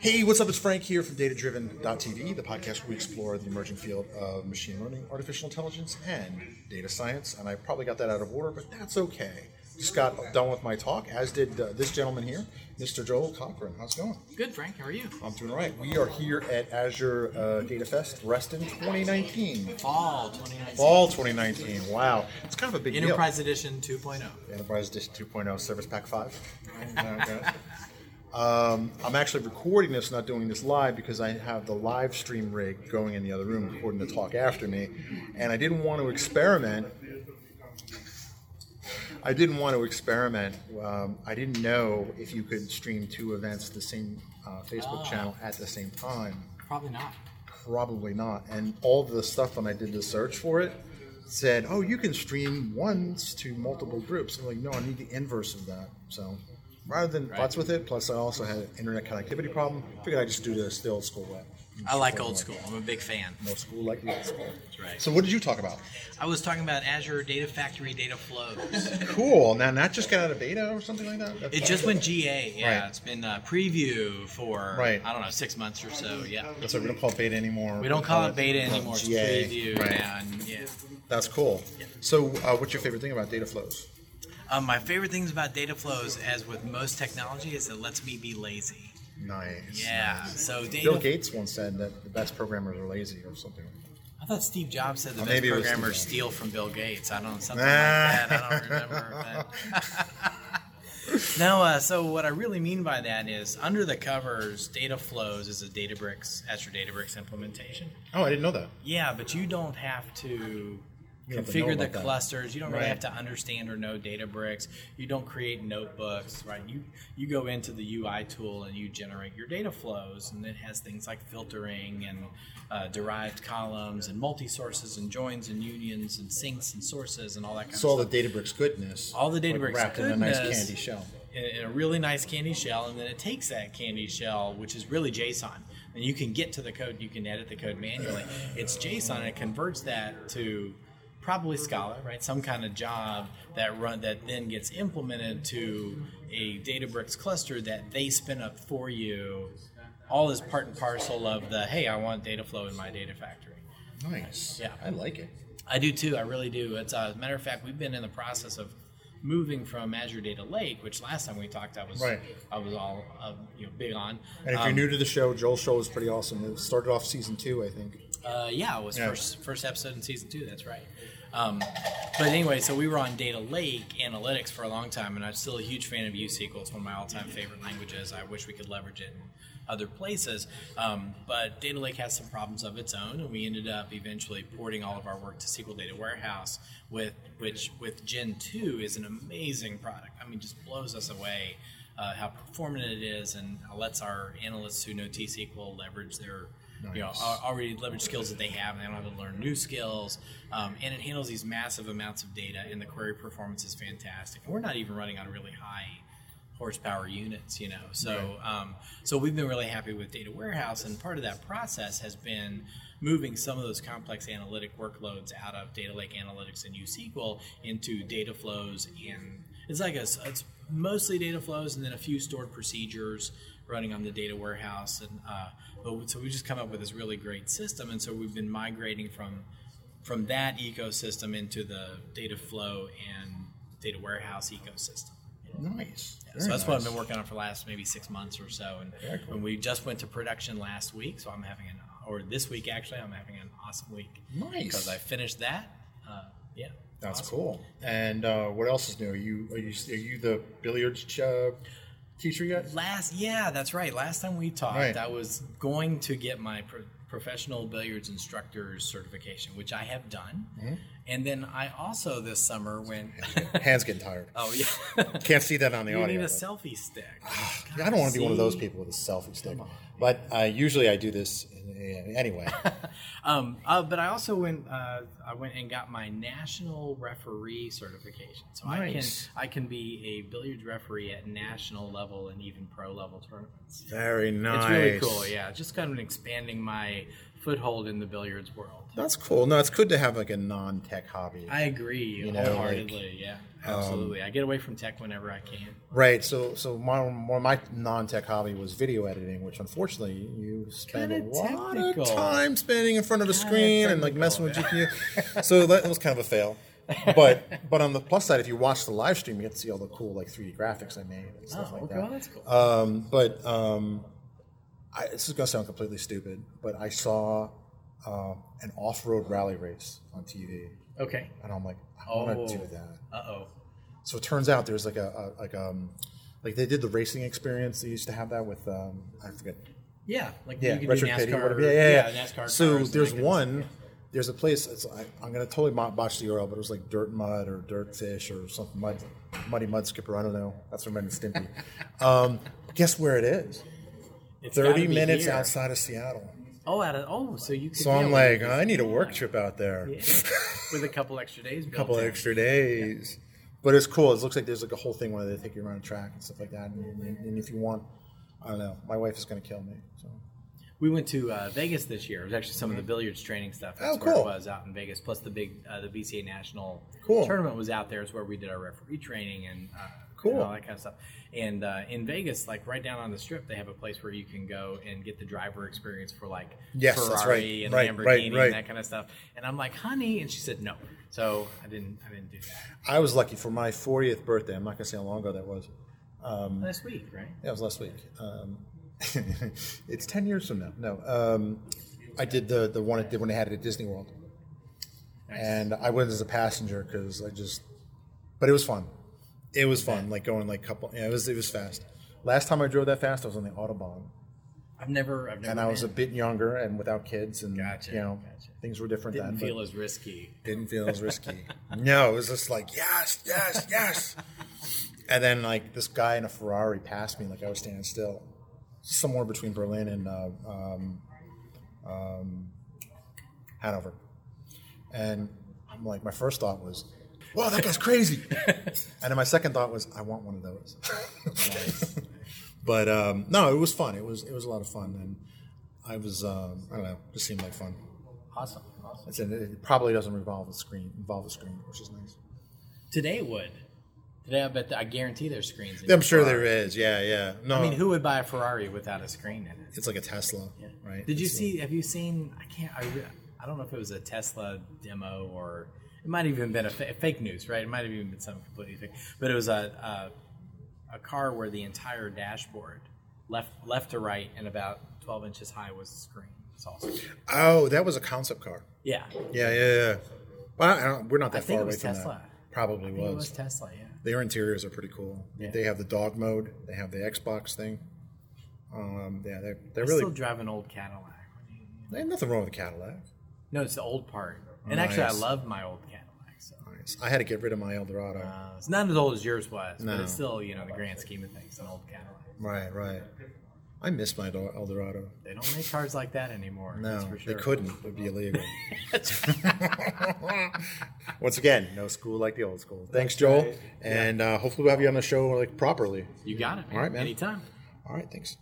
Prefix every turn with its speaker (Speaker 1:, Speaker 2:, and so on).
Speaker 1: Hey, what's up? It's Frank here from datadriven.tv, the podcast where we explore the emerging field of machine learning, artificial intelligence, and data science. And I probably got that out of order, but that's okay. Just got done with my talk, as did uh, this gentleman here, Mr. Joel Cochran. How's it going?
Speaker 2: Good, Frank. How are you?
Speaker 1: I'm doing all right. We are here at Azure uh, Data Fest Reston 2019.
Speaker 2: Fall 2019.
Speaker 1: Fall 2019. Wow. It's kind of a big deal.
Speaker 2: Enterprise Edition oh. 2.0.
Speaker 1: Enterprise Edition 2.0 oh, Service Pack 5. Okay. Um, I'm actually recording this, not doing this live, because I have the live stream rig going in the other room, recording the talk after me. And I didn't want to experiment. I didn't want to experiment. Um, I didn't know if you could stream two events, the same uh, Facebook channel at the same time.
Speaker 2: Probably not.
Speaker 1: Probably not. And all the stuff when I did the search for it said, "Oh, you can stream once to multiple groups." I'm like, "No, I need the inverse of that." So rather than futz with it, plus I also had an internet connectivity problem. Figured I just do this the old school way.
Speaker 2: I like old school. I'm a big fan.
Speaker 1: Old school like the old school.
Speaker 2: That's right.
Speaker 1: So what did you talk about?
Speaker 2: I was talking about Azure Data Factory Data Flows.
Speaker 1: Cool. Now, not just got out of beta or something like that. That's
Speaker 2: It just
Speaker 1: awesome.
Speaker 2: went GA. Yeah,
Speaker 1: Right.
Speaker 2: it's been uh, preview for
Speaker 1: Right.
Speaker 2: I don't know six months or so. Yeah,
Speaker 1: So we don't call it beta anymore.
Speaker 2: we don't call it beta anymore. It's
Speaker 1: GA,
Speaker 2: preview
Speaker 1: right.
Speaker 2: now. And, yeah.
Speaker 1: That's cool. So uh, what's your favorite thing about data flows?
Speaker 2: Um, my favorite things about data flows, as with most technology, is it lets me be lazy.
Speaker 1: Nice.
Speaker 2: Yeah. So data.
Speaker 1: Bill Gates once said that the best programmers are lazy or something.
Speaker 2: I thought Steve Jobs said the
Speaker 1: Or
Speaker 2: best
Speaker 1: maybe it was Steve
Speaker 2: programmers
Speaker 1: Jobs.
Speaker 2: steal from Bill Gates. I don't know something
Speaker 1: Ah.
Speaker 2: like that. I don't remember. But. no, uh, so what I really mean by that is under the covers, data flows is a Databricks Azure Databricks implementation.
Speaker 1: Oh, I didn't know that.
Speaker 2: Yeah, but you don't have to
Speaker 1: don't have to know
Speaker 2: configure the
Speaker 1: about that.
Speaker 2: clusters. You don't really
Speaker 1: Right.
Speaker 2: have to understand or know Databricks. You don't create notebooks, right? You you go into the UI tool and you generate your data flows, and it has things like filtering and uh, derived columns and multi sources and joins and unions and syncs and sources and all that kind
Speaker 1: So all
Speaker 2: of
Speaker 1: the
Speaker 2: stuff.
Speaker 1: Databricks goodness.
Speaker 2: All the
Speaker 1: like,
Speaker 2: Databricks
Speaker 1: wrapped in a nice
Speaker 2: goodness.
Speaker 1: candy shell.
Speaker 2: in, in a really nice candy shell, and then it takes that candy shell, which is really JSON, and you can get to the code, you can edit the code manually. It's JSON, and it converts that to probably Scala, right? Some kind of job that run that then gets implemented to a Databricks cluster that they spin up for you. All is part and parcel of the hey, I want data flow in my data factory.
Speaker 1: Nice.
Speaker 2: Yeah.
Speaker 1: I like it.
Speaker 2: I do too. I really do. It's uh, as a matter of fact, we've been in the process of moving from Azure Data Lake, which last time we talked, I was
Speaker 1: Right.
Speaker 2: I was all uh, you know big on.
Speaker 1: And if
Speaker 2: Um,
Speaker 1: you're new to the show, Joel's show is pretty awesome. It started off season two, I think.
Speaker 2: Uh, yeah, it was
Speaker 1: Yeah.
Speaker 2: first first episode in season two. That's right. Um, but anyway, so we were on Data Lake Analytics for a long time, and I'm still a huge fan of USQL. It's one of my all-time favorite languages. I wish we could leverage it in other places. Um, but Data Lake has some problems of its own, and we ended up eventually porting all of our work to SQL Data Warehouse, with which with Gen 2 is an amazing product. I mean, just blows us away uh, how performant it is, and lets our analysts who know T SQL leverage their you know,
Speaker 1: Nice.
Speaker 2: al- already leverage skills that they have, and they don't have to learn new skills. Um, and it handles these massive amounts of data, and the query performance is fantastic. And we're not even running on really high horsepower units, you know. So, um, so we've been really happy with Data Warehouse, and part of that process has been moving some of those complex analytic workloads out of Data Lake Analytics and USQL into data flows and it's like a, s- it's mostly data flows and then a few stored procedures running on the data warehouse and uh, but we- so we just come up with this really great system and so we've been migrating from from that ecosystem into the data flow and data warehouse ecosystem
Speaker 1: Nice.
Speaker 2: so that's what I've been working on for the last maybe six months or so, and, and we just went to production last week. So I'm having an or this week actually, I'm having an awesome week
Speaker 1: Nice.
Speaker 2: because I finished that. Uh, yeah,
Speaker 1: That's
Speaker 2: Awesome.
Speaker 1: cool. And uh, what else is new? Are you are you are you the billiards uh, teacher yet?
Speaker 2: Last, yeah, that's right. Last time we talked,
Speaker 1: Right.
Speaker 2: I was going to get my pro- professional billiards instructor's certification, which I have done,
Speaker 1: Mm-hmm.
Speaker 2: and then I also this summer went.
Speaker 1: Hands getting tired.
Speaker 2: oh yeah,
Speaker 1: Can't see that on the
Speaker 2: you need
Speaker 1: audio.
Speaker 2: a
Speaker 1: but-
Speaker 2: selfie stick.
Speaker 1: I don't want to be one of those
Speaker 2: See?
Speaker 1: people with a selfie stick. But uh, usually I do this uh, anyway.
Speaker 2: Um, uh, but I also went. Uh, I went and got my national referee certification, so
Speaker 1: Nice.
Speaker 2: I can I can be a billiards referee at national level and even pro level tournaments.
Speaker 1: Very nice.
Speaker 2: It's really cool. Yeah, just kind of expanding my foothold in the billiards world.
Speaker 1: That's cool. No, it's good to have like a non-tech hobby.
Speaker 2: I agree
Speaker 1: You know, um,
Speaker 2: wholeheartedly. yeah, absolutely. I get away from tech whenever I can.
Speaker 1: Right. So, so my one of my non-tech hobby was video editing, which unfortunately you spend
Speaker 2: Kinda
Speaker 1: a lot
Speaker 2: technical.
Speaker 1: of time spending in front of a
Speaker 2: Kinda
Speaker 1: screen and like messing with
Speaker 2: technical,
Speaker 1: GPU. so that was kind of a fail. But but on the plus side, if you watch the live stream, you get to see all the cool like 3D graphics I made and stuff
Speaker 2: Oh,
Speaker 1: like
Speaker 2: well,
Speaker 1: that.
Speaker 2: that's cool.
Speaker 1: Um, but um, I, this is going to sound completely stupid, but I saw um, an off-road rally race on TV,
Speaker 2: okay.
Speaker 1: and I'm like, I want to
Speaker 2: Oh.
Speaker 1: do that.
Speaker 2: Uh oh.
Speaker 1: So it turns out there's like a, a like um like they did the racing experience. They used to have that with um I forget.
Speaker 2: Yeah, like
Speaker 1: Yeah,
Speaker 2: you can
Speaker 1: Retro
Speaker 2: do NASCAR.
Speaker 1: Kitty, whatever. Yeah, yeah, yeah.
Speaker 2: NASCAR.
Speaker 1: so
Speaker 2: cars and
Speaker 1: there's
Speaker 2: that kind of
Speaker 1: one. There's a place. It's, I, I'm gonna totally mo- botch the URL, but it was like Dirt Mud or Dirt Fish or something mud, muddy mud skipper. I don't know. That's from Ren and Stimpy. um, guess where it is?
Speaker 2: stuff. It's gotta
Speaker 1: Thirty
Speaker 2: be
Speaker 1: minutes
Speaker 2: here.
Speaker 1: outside of Seattle.
Speaker 2: Oh, out of oh, so you. Could,
Speaker 1: So
Speaker 2: yeah,
Speaker 1: I'm
Speaker 2: we
Speaker 1: like,
Speaker 2: could-
Speaker 1: I need a work trip out there.
Speaker 2: yeah, with a couple extra days. A
Speaker 1: couple extra days. But it's cool. It looks like there's like a whole thing where they take you around a track and stuff like that. And, and, and if you want, I don't know. My wife is going to kill me. So
Speaker 2: We went to uh, Vegas this year. It was actually some of the billiards training stuff. That's
Speaker 1: Mm-hmm. Oh,
Speaker 2: where
Speaker 1: cool.
Speaker 2: it was out in Vegas. Plus the big uh, the BCA national
Speaker 1: Cool.
Speaker 2: tournament was out there. Is where we did our referee training and uh,
Speaker 1: Cool.
Speaker 2: and all that kind of stuff. And uh, in Vegas, like right down on the strip, they have a place where you can go and get the driver experience for like
Speaker 1: Yes,
Speaker 2: Ferrari
Speaker 1: that's right.
Speaker 2: and
Speaker 1: Right,
Speaker 2: Lamborghini
Speaker 1: right, right.
Speaker 2: and that kind of stuff. And I'm like, honey, and she said no. So I didn't I didn't do that
Speaker 1: I was lucky for my 40th birthday. I'm not going to say how long ago that was.
Speaker 2: last week, right?
Speaker 1: That was last week. Um, it's 10 years from now. No, um, I did the the one I did when I had it at Disney World,
Speaker 2: Nice.
Speaker 1: and I went as a passenger because I just. But it was fun. It was fun. Like going like couple. Yeah, it was it was fast. Last time I drove that fast, I was on the autobahn.
Speaker 2: I've never I've never
Speaker 1: and I was a
Speaker 2: been.
Speaker 1: bit younger and without kids, and
Speaker 2: Gotcha,
Speaker 1: you know
Speaker 2: gotcha.
Speaker 1: things were different
Speaker 2: didn't
Speaker 1: then.
Speaker 2: feel
Speaker 1: but
Speaker 2: as risky.
Speaker 1: didn't feel as risky. no, it was just like yes, yes, yes. and then like this guy in a Ferrari passed me, like I was standing still, somewhere between Berlin and uh, um, um, Hanover, and I'm like my first thought was. Wow, that guy's crazy. and then my second thought was, I want one of those. but um, no, it was fun. It was it was a lot of fun, and I was um, I don't know, just seemed like fun.
Speaker 2: Awesome, awesome.
Speaker 1: It's in, it probably doesn't revolve the screen, involve the screen, which is nice.
Speaker 2: Today it would. Today I bet I guarantee there's screens. In
Speaker 1: I'm
Speaker 2: your
Speaker 1: sure
Speaker 2: car.
Speaker 1: there is. Yeah, yeah. No,
Speaker 2: I mean, who would buy a Ferrari without a screen in it?
Speaker 1: it's like a Tesla, right?
Speaker 2: Did you
Speaker 1: It's a-
Speaker 2: see? Have you seen? I can't. I, re- I don't know if it was a Tesla demo or it might have even been a fa- fake news, right? It might have even been something completely fake. But it was a a, a car where the entire dashboard, left left to right and about 12 inches high, was a screen. It's awesome.
Speaker 1: Oh, that was a concept car.
Speaker 2: Yeah,
Speaker 1: Yeah, yeah, yeah. But I don't, we're not that
Speaker 2: think
Speaker 1: far
Speaker 2: it
Speaker 1: away
Speaker 2: was
Speaker 1: from
Speaker 2: Tesla.
Speaker 1: that. Probably
Speaker 2: I think
Speaker 1: was.
Speaker 2: it was Tesla. Yeah.
Speaker 1: Their interiors are pretty cool.
Speaker 2: Yeah.
Speaker 1: They have the dog mode. They have the Xbox thing. Um, yeah, they're, they're
Speaker 2: I
Speaker 1: really.
Speaker 2: still drive an old Cadillac.
Speaker 1: There's nothing wrong with the Cadillac.
Speaker 2: No, it's the old part. And actually, I
Speaker 1: Nice.
Speaker 2: love my old Cadillac. So.
Speaker 1: Nice. I had to get rid of my Eldorado.
Speaker 2: Uh, it's not as old as yours was, but
Speaker 1: No.
Speaker 2: it's still, you know, the grand scheme of things, an old Cadillac.
Speaker 1: Right, right. I miss my Eldor- Eldorado.
Speaker 2: They don't make cars like that anymore.
Speaker 1: No,
Speaker 2: that's for sure.
Speaker 1: they couldn't. It would be illegal. Once again, no school like the old school. Thanks, Joel. And uh, hopefully we'll have you on the show like properly.
Speaker 2: You got it. Man.
Speaker 1: All right, man.
Speaker 2: Anytime.
Speaker 1: All right, thanks.